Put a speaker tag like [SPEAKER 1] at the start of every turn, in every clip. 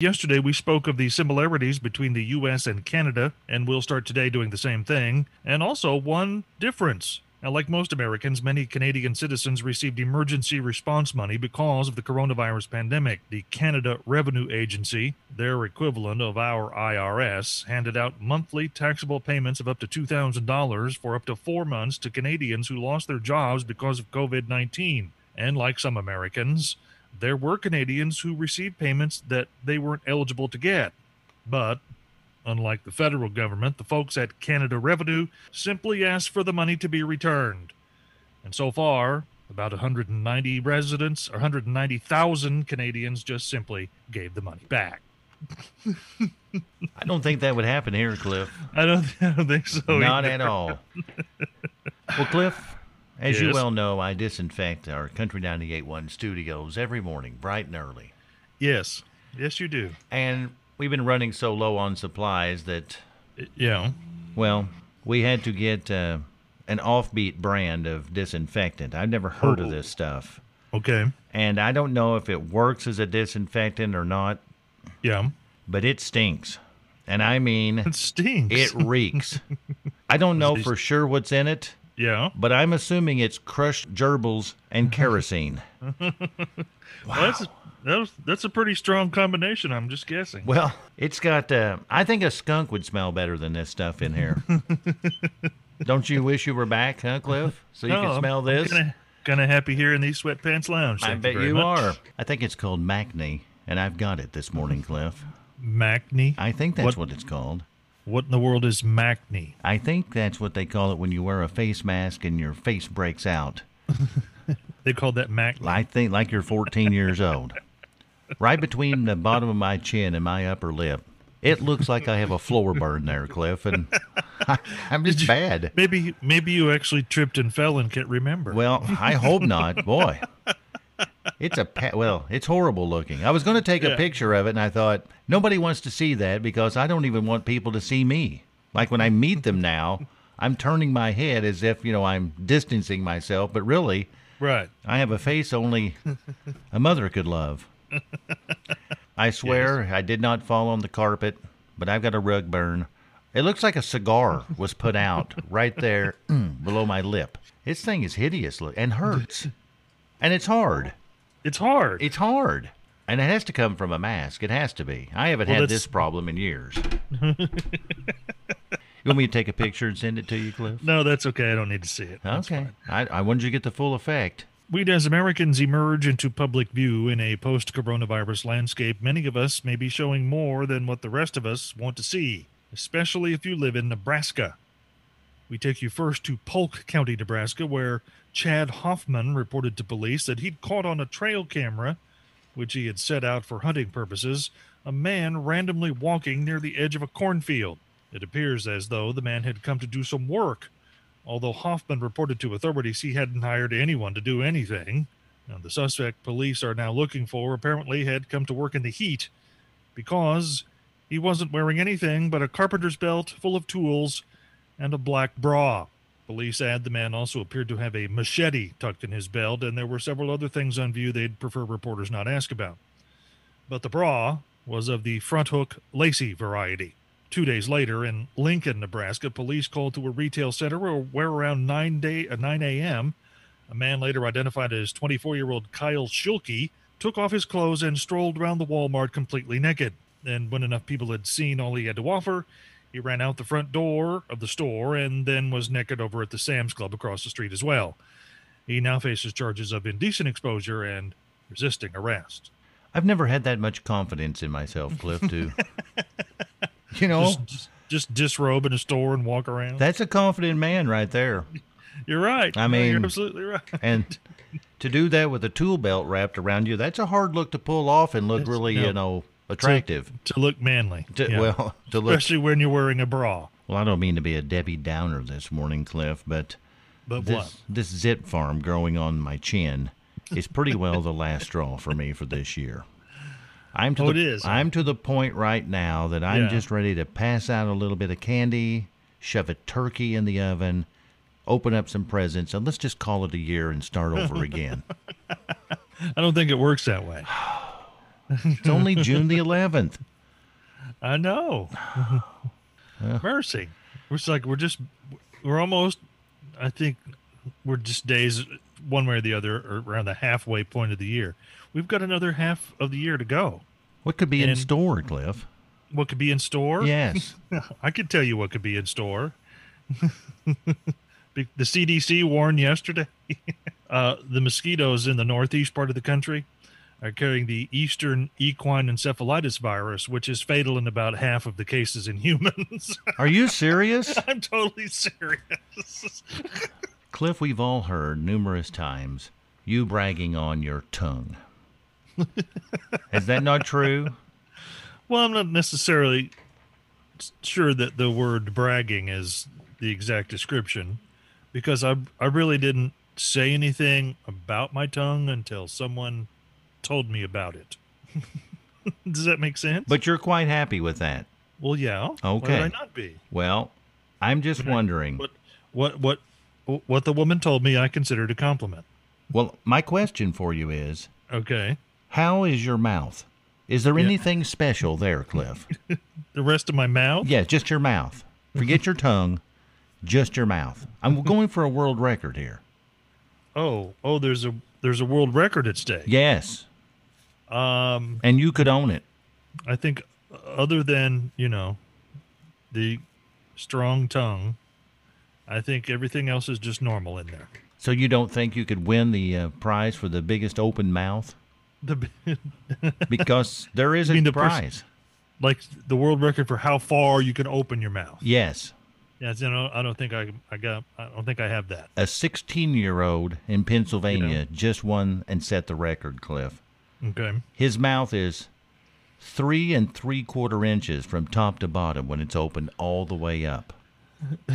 [SPEAKER 1] Yesterday, we spoke of the similarities between the U.S. and Canada, and we'll start today doing the same thing, and also one difference. Now, like most Americans, many Canadian citizens received emergency response money because of the coronavirus pandemic. The Canada Revenue Agency, their equivalent of our IRS, handed out monthly taxable payments of up to $2,000 for up to four months to Canadians who lost their jobs because of COVID 19. And like some Americans, there were Canadians who received payments that they weren't eligible to get. But unlike the federal government, the folks at Canada Revenue simply asked for the money to be returned. And so far, about 190 residents, or 190,000 Canadians just simply gave the money back.
[SPEAKER 2] I don't think that would happen here, Cliff.
[SPEAKER 1] I don't, I don't think so.
[SPEAKER 2] Not
[SPEAKER 1] either.
[SPEAKER 2] at all. Well, Cliff, as you
[SPEAKER 1] Yes.
[SPEAKER 2] well know, I disinfect our Country 98.1 studios every morning, bright and early.
[SPEAKER 1] Yes. Yes, you do.
[SPEAKER 2] And we've been running so low on supplies that,
[SPEAKER 1] Y- Yeah.
[SPEAKER 2] well, we had to get uh, an offbeat brand of disinfectant. I've never heard of this stuff.
[SPEAKER 1] Okay.
[SPEAKER 2] And I don't know if it works as a disinfectant or not,
[SPEAKER 1] Yeah.
[SPEAKER 2] but it stinks. And I mean,
[SPEAKER 1] It stinks.
[SPEAKER 2] it reeks. I don't know for sure what's in it,
[SPEAKER 1] yeah.
[SPEAKER 2] but I'm assuming it's crushed gerbils and kerosene.
[SPEAKER 1] Well, that's, that was, that's a pretty strong combination, I'm just guessing.
[SPEAKER 2] Well, it's got, uh, I think a skunk would smell better than this stuff in here. don't you wish you were back, huh, Cliff? So you
[SPEAKER 1] No,
[SPEAKER 2] can
[SPEAKER 1] I'm-
[SPEAKER 2] smell
[SPEAKER 1] Oh, I'm
[SPEAKER 2] this?
[SPEAKER 1] Kinda, kinda happy here in these sweatpants lounge.
[SPEAKER 2] I
[SPEAKER 1] Thank
[SPEAKER 2] bet
[SPEAKER 1] very
[SPEAKER 2] you
[SPEAKER 1] much.
[SPEAKER 2] are. I think it's called Macne, and I've got it this morning, Cliff.
[SPEAKER 1] Macne.
[SPEAKER 2] I think that's
[SPEAKER 1] What-
[SPEAKER 2] what it's called.
[SPEAKER 1] What in the world is Macne?
[SPEAKER 2] I think that's what they call it when you wear a face mask and your face breaks out.
[SPEAKER 1] They called that Macne.
[SPEAKER 2] I think like you're 14 years old. Right between the bottom of my chin and my upper lip. It looks like I have a floor burn there, Cliff, and I, am just bad.
[SPEAKER 1] Maybe maybe you actually tripped and fell and can't remember.
[SPEAKER 2] Well, I hope not. Boy, it's a pa- well, it's horrible looking. I was going to take a
[SPEAKER 1] Yeah.
[SPEAKER 2] picture of it, and I thought nobody wants to see that because I don't even want people to see me. Like when I meet them now, I'm turning my head as if you know I'm distancing myself, but really,
[SPEAKER 1] right.
[SPEAKER 2] I have a face only a mother could love. I swear I did not fall on the carpet, but I've got a rug burn. It looks like a cigar was put out right there mm, below my lip. This thing is hideous look and hurts. And it's hard.
[SPEAKER 1] It's hard.
[SPEAKER 2] It's hard. And it has to come from a mask. It has to be. I haven't
[SPEAKER 1] Well,
[SPEAKER 2] had
[SPEAKER 1] that's-
[SPEAKER 2] this problem in years. you want me to take a picture and send it to you, Cliff?
[SPEAKER 1] no, that's okay. I don't need to see it.
[SPEAKER 2] Okay. I, I wanted you to get the full effect.
[SPEAKER 1] We as Americans emerge into public view in a post coronavirus landscape, many of us may be showing more than what the rest of us want to see, especially if you live in Nebraska. We take you first to Polk County, Nebraska, where Chad Hoffman reported to police that he'd caught on a trail camera, which he had set out for hunting purposes, a man randomly walking near the edge of a cornfield. It appears as though the man had come to do some work although Hoffman reported to authorities he hadn't hired anyone to do anything. Now, the suspect police are now looking for apparently had come to work in the heat because he wasn't wearing anything but a carpenter's belt full of tools and a black bra. Police add the man also appeared to have a machete tucked in his belt, and there were several other things on view they'd prefer reporters not ask about. But the bra was of the front hook lacy variety. Two days later, in Lincoln, Nebraska, police called to a retail center where, where around 9, day, uh, 9 a.m., a man later identified as 24 year old Kyle Schilke took off his clothes and strolled around the Walmart completely naked. And when enough people had seen all he had to offer, he ran out the front door of the store and then was naked over at the Sam's Club across the street as well. He now faces charges of indecent exposure and resisting arrest.
[SPEAKER 2] I've never had that much confidence in myself, Cliff, to you know,
[SPEAKER 1] Just, just, just disrobe in a store and walk around.
[SPEAKER 2] that's a confident man right there.
[SPEAKER 1] You're right.
[SPEAKER 2] I
[SPEAKER 1] No,
[SPEAKER 2] mean-
[SPEAKER 1] you're absolutely right.
[SPEAKER 2] And to do that with a tool belt wrapped around you, that's a hard look to pull off and look
[SPEAKER 1] That's-
[SPEAKER 2] really,
[SPEAKER 1] no.
[SPEAKER 2] you know, attractive.
[SPEAKER 1] to look manly.
[SPEAKER 2] To,
[SPEAKER 1] Yeah.
[SPEAKER 2] Well, to look.
[SPEAKER 1] especially when you're wearing a bra.
[SPEAKER 2] Well, I don't mean to be a Debbie Downer this morning, Cliff, but
[SPEAKER 1] But
[SPEAKER 2] this
[SPEAKER 1] what?
[SPEAKER 2] this zit farm growing on my chin is pretty well the last straw for me for this year. I'm to the,
[SPEAKER 1] Oh, it is, huh?
[SPEAKER 2] I'm to the point right now that I'm
[SPEAKER 1] Yeah.
[SPEAKER 2] just ready to pass out a little bit of candy, shove a turkey in the oven, open up some presents, and let's just call it a year and start over again.
[SPEAKER 1] I don't think it works that way.
[SPEAKER 2] It's only June the 11th.
[SPEAKER 1] I know. Mercy. We're just like we're just we're almost. I think we're just days one way or the other or around the halfway point of the year. We've got another half of the year to go.
[SPEAKER 2] What could be in
[SPEAKER 1] And-
[SPEAKER 2] store, Cliff?
[SPEAKER 1] What could be in store?
[SPEAKER 2] Yes.
[SPEAKER 1] I could tell you what could be in store. Be- the CDC warned yesterday uh, the mosquitoes in the northeast part of the country are carrying the eastern equine encephalitis virus, which is fatal in about half of the cases in humans.
[SPEAKER 2] Are you serious?
[SPEAKER 1] I'm totally serious.
[SPEAKER 2] Cliff, we've all heard numerous times you bragging on your tongue. Is that not true?
[SPEAKER 1] well, I'm not necessarily s- sure that the word bragging is the exact description because I I really didn't say anything about my tongue until someone told me about it. Does that make sense?
[SPEAKER 2] But you're quite happy with that.
[SPEAKER 1] well, yeah. Why would
[SPEAKER 2] Okay.
[SPEAKER 1] I not be?
[SPEAKER 2] Well, I'm just wondering.
[SPEAKER 1] What what what what the woman told me I considered a compliment.
[SPEAKER 2] Well, my question for you is
[SPEAKER 1] Okay.
[SPEAKER 2] how is your mouth? Is there anything special there, Cliff?
[SPEAKER 1] The rest of my mouth.
[SPEAKER 2] yeah, just your mouth. Forget your tongue, just your mouth. I'm going for a world record here.
[SPEAKER 1] Oh, oh, there's a there's a world record at stake.
[SPEAKER 2] Yes,
[SPEAKER 1] Um
[SPEAKER 2] and you could own it.
[SPEAKER 1] I think other than, you know, the strong tongue, I think everything else is just normal in there.
[SPEAKER 2] So you don't think you could win the uh, prize for the biggest open mouth?
[SPEAKER 1] The b-
[SPEAKER 2] Because there is a
[SPEAKER 1] mean the pers-
[SPEAKER 2] prize.
[SPEAKER 1] like the world record for how far you can open your mouth.
[SPEAKER 2] Yes,
[SPEAKER 1] Yes, you know, I don't think I I got I don't think I have that.
[SPEAKER 2] a 16 year old in Pennsylvania just won and set the record, Cliff.
[SPEAKER 1] Okay.
[SPEAKER 2] His mouth is three and three quarter inches from top to bottom when it's open all the way up,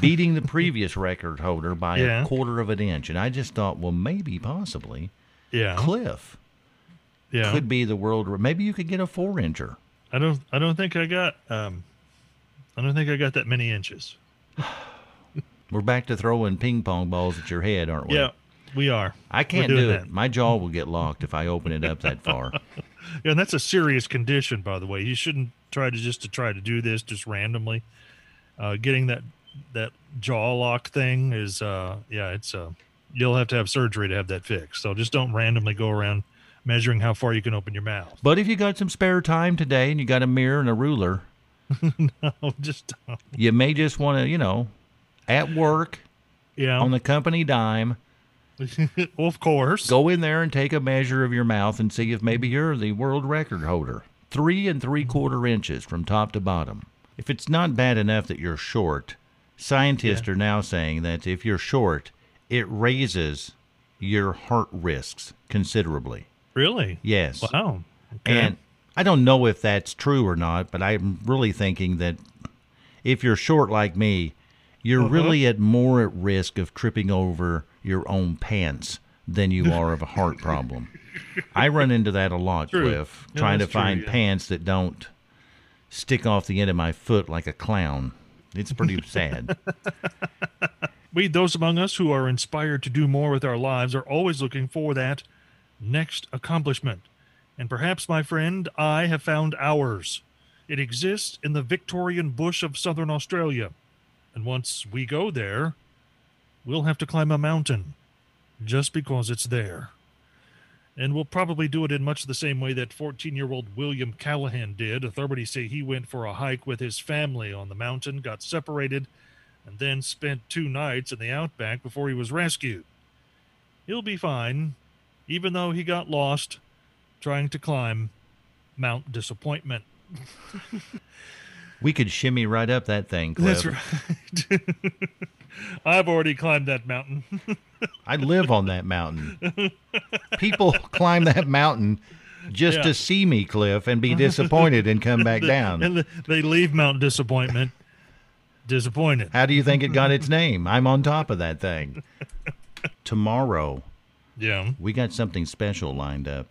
[SPEAKER 2] beating the previous record holder by
[SPEAKER 1] Yeah.
[SPEAKER 2] a quarter of an inch. And I just thought, well, maybe, possibly,
[SPEAKER 1] Yeah.
[SPEAKER 2] Cliff
[SPEAKER 1] yeah.
[SPEAKER 2] could be the world. re- Maybe you could get a four incher.
[SPEAKER 1] I don't I don't think I got um I don't think I got that many inches.
[SPEAKER 2] We're back to throwing ping pong balls at your head, aren't we?
[SPEAKER 1] Yeah. We are.
[SPEAKER 2] I can't
[SPEAKER 1] doing
[SPEAKER 2] do it.
[SPEAKER 1] that.
[SPEAKER 2] My jaw will get locked if I open it up that far.
[SPEAKER 1] Yeah, and that's a serious condition, by the way. You shouldn't try to just to try to do this just randomly. Uh, getting that that jaw lock thing is, uh, yeah, it's uh, you'll have to have surgery to have that fixed. So just don't randomly go around measuring how far you can open your mouth.
[SPEAKER 2] But if you got some spare time today and you got a mirror and a ruler,
[SPEAKER 1] Oh, just don't.
[SPEAKER 2] you may just want to, you know, at work
[SPEAKER 1] yeah.
[SPEAKER 2] on the company dime,
[SPEAKER 1] well, of course.
[SPEAKER 2] go in there and take a measure of your mouth and see if maybe you're the world record holder. Three and three quarter inches from top to bottom. If it's not bad enough that you're short, scientists are now saying that if you're short, it raises your heart risks considerably.
[SPEAKER 1] Really?
[SPEAKER 2] Yes.
[SPEAKER 1] Wow. Okay.
[SPEAKER 2] And I don't know if that's true or not, but I'm really thinking that if you're short like me, you're
[SPEAKER 1] Uh-huh.
[SPEAKER 2] really at more at risk of tripping over your own pants than you are of a heart problem. I run into that a lot,
[SPEAKER 1] True.
[SPEAKER 2] Cliff,
[SPEAKER 1] No,
[SPEAKER 2] trying to
[SPEAKER 1] that's true,
[SPEAKER 2] find
[SPEAKER 1] yeah.
[SPEAKER 2] pants that don't stick off the end of my foot like a clown. It's pretty sad.
[SPEAKER 1] we, those among us who are inspired to do more with our lives, are always looking for that next accomplishment. And perhaps, my friend, I have found ours. It exists in the Victorian bush of southern Australia. And once we go there, we'll have to climb a mountain just because it's there. And we'll probably do it in much the same way that 14 year old William Callahan did. Authorities say he went for a hike with his family on the mountain, got separated, and then spent two nights in the outback before he was rescued. He'll be fine, even though he got lost trying to climb Mount Disappointment.
[SPEAKER 2] We could shimmy right up that thing, Cliff.
[SPEAKER 1] That's right. I've already climbed that mountain.
[SPEAKER 2] I live on that mountain. People climb that mountain just
[SPEAKER 1] Yeah.
[SPEAKER 2] to see me, Cliff, and be disappointed and come back down.
[SPEAKER 1] and they leave Mount Disappointment disappointed.
[SPEAKER 2] How do you think it got its name? I'm on top of that thing. Tomorrow,
[SPEAKER 1] Yeah.
[SPEAKER 2] we got something special lined up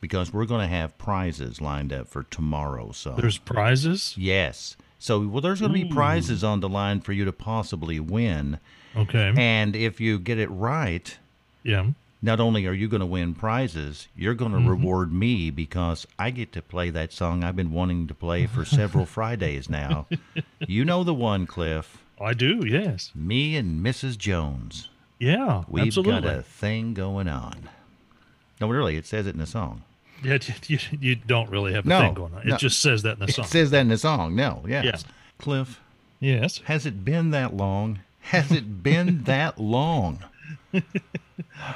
[SPEAKER 2] because we're going to have prizes lined up for tomorrow. So,
[SPEAKER 1] There's prizes.
[SPEAKER 2] yes. So, well, there's going to be prizes on the line for you to possibly win.
[SPEAKER 1] Okay.
[SPEAKER 2] And if you get it right,
[SPEAKER 1] yeah.
[SPEAKER 2] not only are you going to win prizes, you're going to reward me because I get to play that song I've been wanting to play for several Fridays now. You know the one, Cliff.
[SPEAKER 1] I do. Yes.
[SPEAKER 2] Me and Mrs. Jones.
[SPEAKER 1] Yeah.
[SPEAKER 2] We've
[SPEAKER 1] absolutely.
[SPEAKER 2] got a thing going on. No, really, it says it in the song.
[SPEAKER 1] Yeah, you, you- you don't really have a
[SPEAKER 2] No,
[SPEAKER 1] thing going on. It
[SPEAKER 2] no.
[SPEAKER 1] just says that in the song.
[SPEAKER 2] It says that in the song. No, yes.
[SPEAKER 1] Yeah.
[SPEAKER 2] Cliff,
[SPEAKER 1] yes.
[SPEAKER 2] has it been that long? Has it been that long?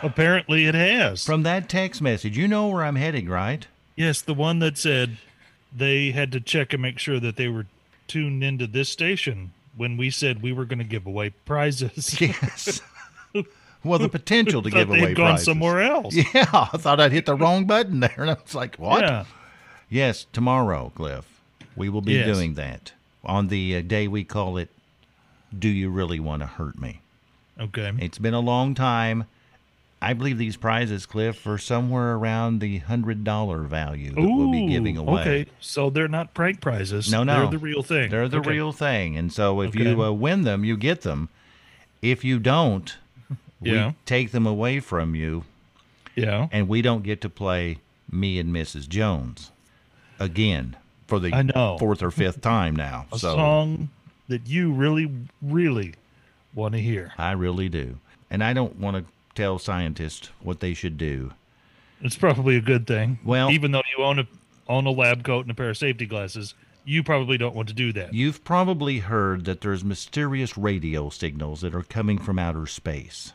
[SPEAKER 1] Apparently it has.
[SPEAKER 2] From that text message, you know where I'm heading, right?
[SPEAKER 1] yes, the one that said they had to check and make sure that they were tuned into this station when we said we were going to give away prizes.
[SPEAKER 2] Yes. well, the potential to
[SPEAKER 1] Thought
[SPEAKER 2] give
[SPEAKER 1] they'd
[SPEAKER 2] away
[SPEAKER 1] gone
[SPEAKER 2] prizes.
[SPEAKER 1] somewhere else.
[SPEAKER 2] Yeah, I thought I'd hit the wrong button there, and I was like, "What?"
[SPEAKER 1] Yeah.
[SPEAKER 2] Yes, tomorrow, Cliff, we will be
[SPEAKER 1] Yes.
[SPEAKER 2] doing that on the uh, day we call it. Do you really want to hurt me?
[SPEAKER 1] Okay.
[SPEAKER 2] It's been a long time. I believe these prizes, Cliff, are somewhere around the hundred dollar value that we'll be giving
[SPEAKER 1] Ooh,
[SPEAKER 2] away.
[SPEAKER 1] Okay, so they're not prank prizes.
[SPEAKER 2] No, no,
[SPEAKER 1] they're the real thing.
[SPEAKER 2] They're the
[SPEAKER 1] Okay.
[SPEAKER 2] real thing, and so if you
[SPEAKER 1] Okay.
[SPEAKER 2] uh, win them, you get them. If you don't,
[SPEAKER 1] Yeah.
[SPEAKER 2] we take them away from you
[SPEAKER 1] Yeah,
[SPEAKER 2] and we don't get to play me and Mrs. Jones again for the
[SPEAKER 1] I know.
[SPEAKER 2] fourth or fifth time now.
[SPEAKER 1] a
[SPEAKER 2] so
[SPEAKER 1] song that you really, really want to hear.
[SPEAKER 2] I really do. And I don't want to tell scientists what they should do.
[SPEAKER 1] It's probably a good thing.
[SPEAKER 2] Well-
[SPEAKER 1] even though you own a own a lab coat and a pair of safety glasses, you probably don't want to do that.
[SPEAKER 2] You've probably heard that there's mysterious radio signals that are coming from outer space,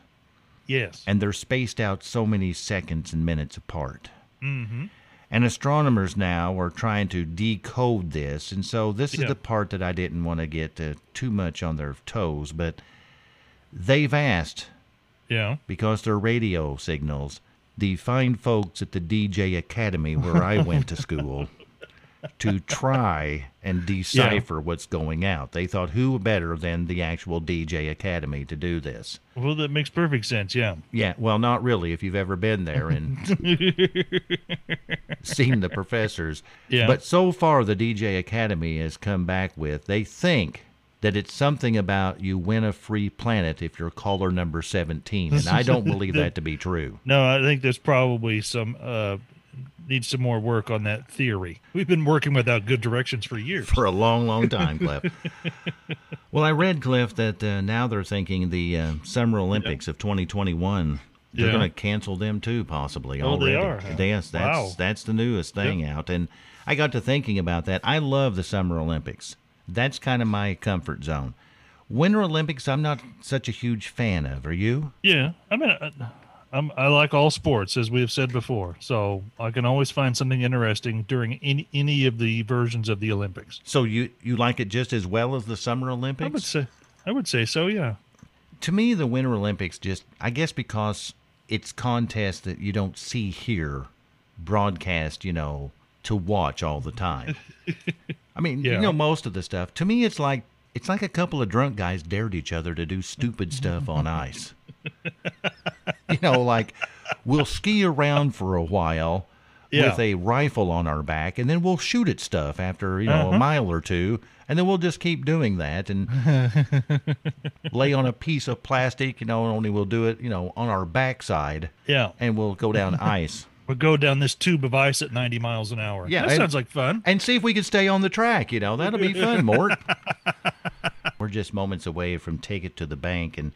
[SPEAKER 1] yes.
[SPEAKER 2] and they're spaced out so many seconds and minutes apart. And astronomers now are trying to decode this. And so this is
[SPEAKER 1] Yeah.
[SPEAKER 2] the part that I didn't want to get uh, too much on their toes, but they've asked
[SPEAKER 1] yeah.
[SPEAKER 2] because they're radio signals the fine folks at the DJ Academy where I went to school to try and decipher what's going out. They thought who better than the actual DJ Academy to do this.
[SPEAKER 1] Well, that makes perfect sense. Yeah.
[SPEAKER 2] Yeah, well, not really if you've ever been there and seen the professors.
[SPEAKER 1] Yeah.
[SPEAKER 2] But so far, the DJ Academy has come back with they think that it's something about you win a free planet if you're caller number 17. And I don't believe that to be true.
[SPEAKER 1] No, I think there's probably some uh needs some more work on that theory. We've been working without good directions for years.
[SPEAKER 2] For a long, long time, Cliff. well, I read, Cliff, that uh, now they're thinking the uh, Summer Olympics of 2021. They're
[SPEAKER 1] Yeah.
[SPEAKER 2] going to cancel them too, possibly.
[SPEAKER 1] Oh,
[SPEAKER 2] already.
[SPEAKER 1] they are, huh?
[SPEAKER 2] Yes, that's
[SPEAKER 1] Wow.
[SPEAKER 2] that's the newest thing out. And I got to thinking about that. I love the Summer Olympics. That's kind of my comfort zone. Winter Olympics, I'm not such a huge fan of. Are you?
[SPEAKER 1] Yeah, I mean, I, I'm, I like all sports, as we have said before. So I can always find something interesting during any any of the versions of the Olympics.
[SPEAKER 2] So you you like it just as well as the Summer
[SPEAKER 1] I
[SPEAKER 2] Olympics?
[SPEAKER 1] would say, I would say so. Yeah,
[SPEAKER 2] to me the winter olympics just i guess because it's contests that you don't see here broadcast you know to watch all the time i mean you
[SPEAKER 1] Yeah.
[SPEAKER 2] know most of the stuff to me it's like it's like a couple of drunk guys dared each other to do stupid stuff on ice you know like we'll ski around for a while
[SPEAKER 1] Yeah.
[SPEAKER 2] with a rifle on our back and then we'll shoot at stuff after you
[SPEAKER 1] Uh-huh.
[SPEAKER 2] know a mile or two and then we'll just keep doing that and lay on a piece of plastic, you know, and only we'll do it, you know, on our backside
[SPEAKER 1] yeah.
[SPEAKER 2] and we'll go down ice
[SPEAKER 1] We'll go down this tube of ice at 90 miles an hour.
[SPEAKER 2] Yeah,
[SPEAKER 1] that
[SPEAKER 2] and-
[SPEAKER 1] sounds like fun.
[SPEAKER 2] and see if we can stay on the track, you know. That'll be fun, Mort. We're just moments away from Take It to the Bank and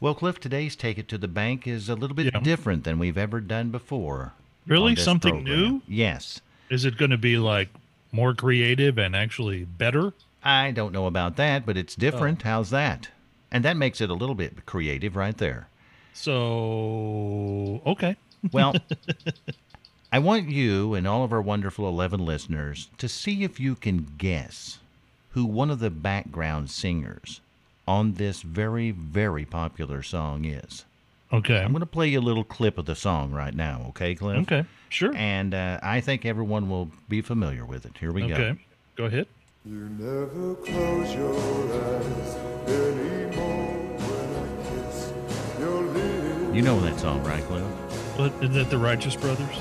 [SPEAKER 2] well, Cliff, today's Take It to the Bank is a little bit
[SPEAKER 1] Yeah.
[SPEAKER 2] different than we've ever done before.
[SPEAKER 1] Really?
[SPEAKER 2] on this
[SPEAKER 1] Something
[SPEAKER 2] program.
[SPEAKER 1] new?
[SPEAKER 2] Yes.
[SPEAKER 1] Is it going to be like more creative and actually better?
[SPEAKER 2] I don't know about that, but it's different.
[SPEAKER 1] Oh.
[SPEAKER 2] How's that? And that makes it a little bit creative right there.
[SPEAKER 1] So okay,
[SPEAKER 2] Well, I want you and all of our wonderful 11 listeners to see if you can guess who one of the background singers on this very, very popular song is.
[SPEAKER 1] Okay.
[SPEAKER 2] I'm going to play you a little clip of the song right now, okay, Cliff?
[SPEAKER 1] Okay. Sure.
[SPEAKER 2] And uh, I think everyone will be familiar with it. Here we go.
[SPEAKER 1] Okay. Go ahead.
[SPEAKER 3] You never close your eyes anymore when I kiss your lips.
[SPEAKER 2] You know that song, right, Cliff?
[SPEAKER 1] But isn't that the Righteous Brothers?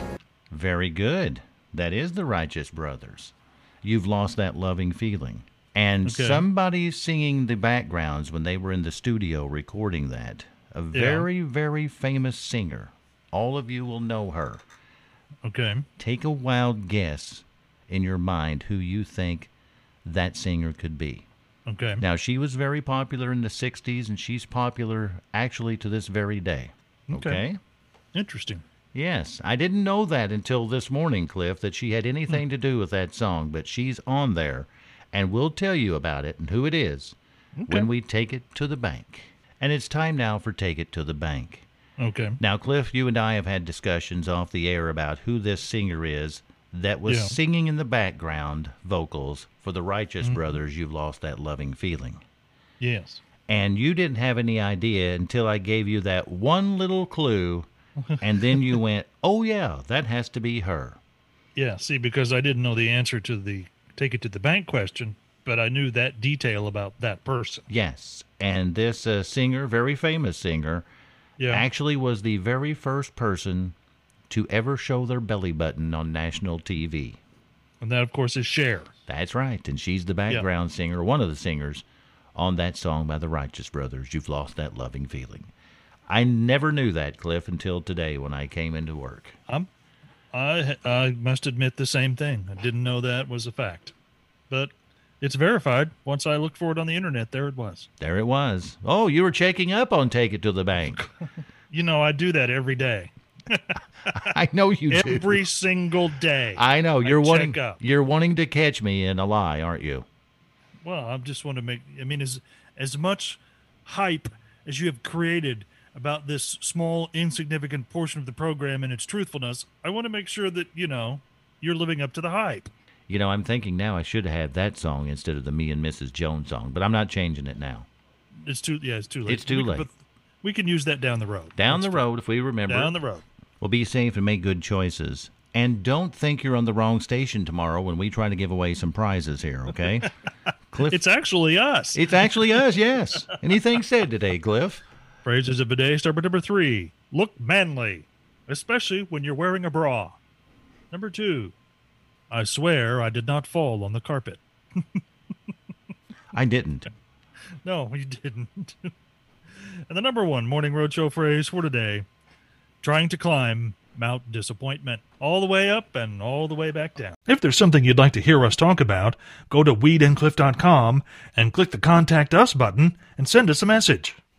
[SPEAKER 2] Very good. That is the Righteous Brothers. You've lost that loving feeling. And
[SPEAKER 1] Okay.
[SPEAKER 2] somebody singing the backgrounds when they were in the studio recording that. A very, very famous singer. All of you will know her.
[SPEAKER 1] Okay.
[SPEAKER 2] Take a wild guess in your mind who you think that singer could be.
[SPEAKER 1] Okay.
[SPEAKER 2] Now, she was very popular in the 60s, and she's popular actually to this very day.
[SPEAKER 1] Okay.
[SPEAKER 2] okay?
[SPEAKER 1] Interesting.
[SPEAKER 2] Yes, I didn't know that until this morning, Cliff, that she had anything to do with that song, but she's on there, and we'll tell you about it and who it is when we take it to the bank. And it's time now for Take It to the Bank.
[SPEAKER 1] Okay.
[SPEAKER 2] Now, Cliff, you and I have had discussions off the air about who this singer is that was
[SPEAKER 1] Yeah.
[SPEAKER 2] singing in the background vocals for the Righteous Brothers, You've Lost That Loving Feeling.
[SPEAKER 1] Yes.
[SPEAKER 2] And you didn't have any idea until I gave you that one little clue. and then you went, oh, yeah, that has to be her.
[SPEAKER 1] Yeah. See, because I didn't know the answer to the take it to the bank question, but I knew that detail about that person.
[SPEAKER 2] Yes. And this uh, singer, very famous singer,
[SPEAKER 1] Yeah.
[SPEAKER 2] actually was the very first person to ever show their belly button on national TV.
[SPEAKER 1] and that, of course, is Cher.
[SPEAKER 2] That's right. And she's the background singer, one of the singers on that song by the Righteous Brothers, You've Lost That Loving Feeling. I never knew that, Cliff, until today when I came into work.
[SPEAKER 1] I'm, I I must admit the same thing. I didn't know that was a fact, but it's verified. Once I looked for it on the internet, there it was.
[SPEAKER 2] There it was. Oh, you were checking up on Take It to the Bank.
[SPEAKER 1] You know, I do that every day,
[SPEAKER 2] I know you do.
[SPEAKER 1] every single day.
[SPEAKER 2] I know you're
[SPEAKER 1] check
[SPEAKER 2] wanting
[SPEAKER 1] up.
[SPEAKER 2] you're wanting to catch me in a lie, aren't you?
[SPEAKER 1] Well, I just want to make. I mean, as as much hype as you have created about this small, insignificant portion of the program and its truthfulness, I want to make sure that you know you're living up to the hype.
[SPEAKER 2] You know, I'm thinking now I should have had that song instead of the Me and Mrs. Jones song, but I'm not changing it now.
[SPEAKER 1] It's too. Yeah, it's too late.
[SPEAKER 2] It's too
[SPEAKER 1] We can-
[SPEAKER 2] late.
[SPEAKER 1] but we can use that down the road.
[SPEAKER 2] Down the road, if we remember,
[SPEAKER 1] Down the road.
[SPEAKER 2] we'll be safe and make good choices. And don't think you're on the wrong station tomorrow when we try to give away some prizes here, okay? Cliff,
[SPEAKER 1] It's actually us.
[SPEAKER 2] it's actually us, yes. Anything said today, Cliff?
[SPEAKER 1] Phrases of the day, start with number three. Look manly, especially when you're wearing a bra. Number two, I swear I did not fall on the carpet.
[SPEAKER 2] I didn't.
[SPEAKER 1] No, you didn't. and the number one morning roadshow phrase for today, trying to climb Mount Disappointment, all the way up and all the way back down. If there's something you'd like to hear us talk about, go to weedandcliff.com and click the contact us button and send us a message.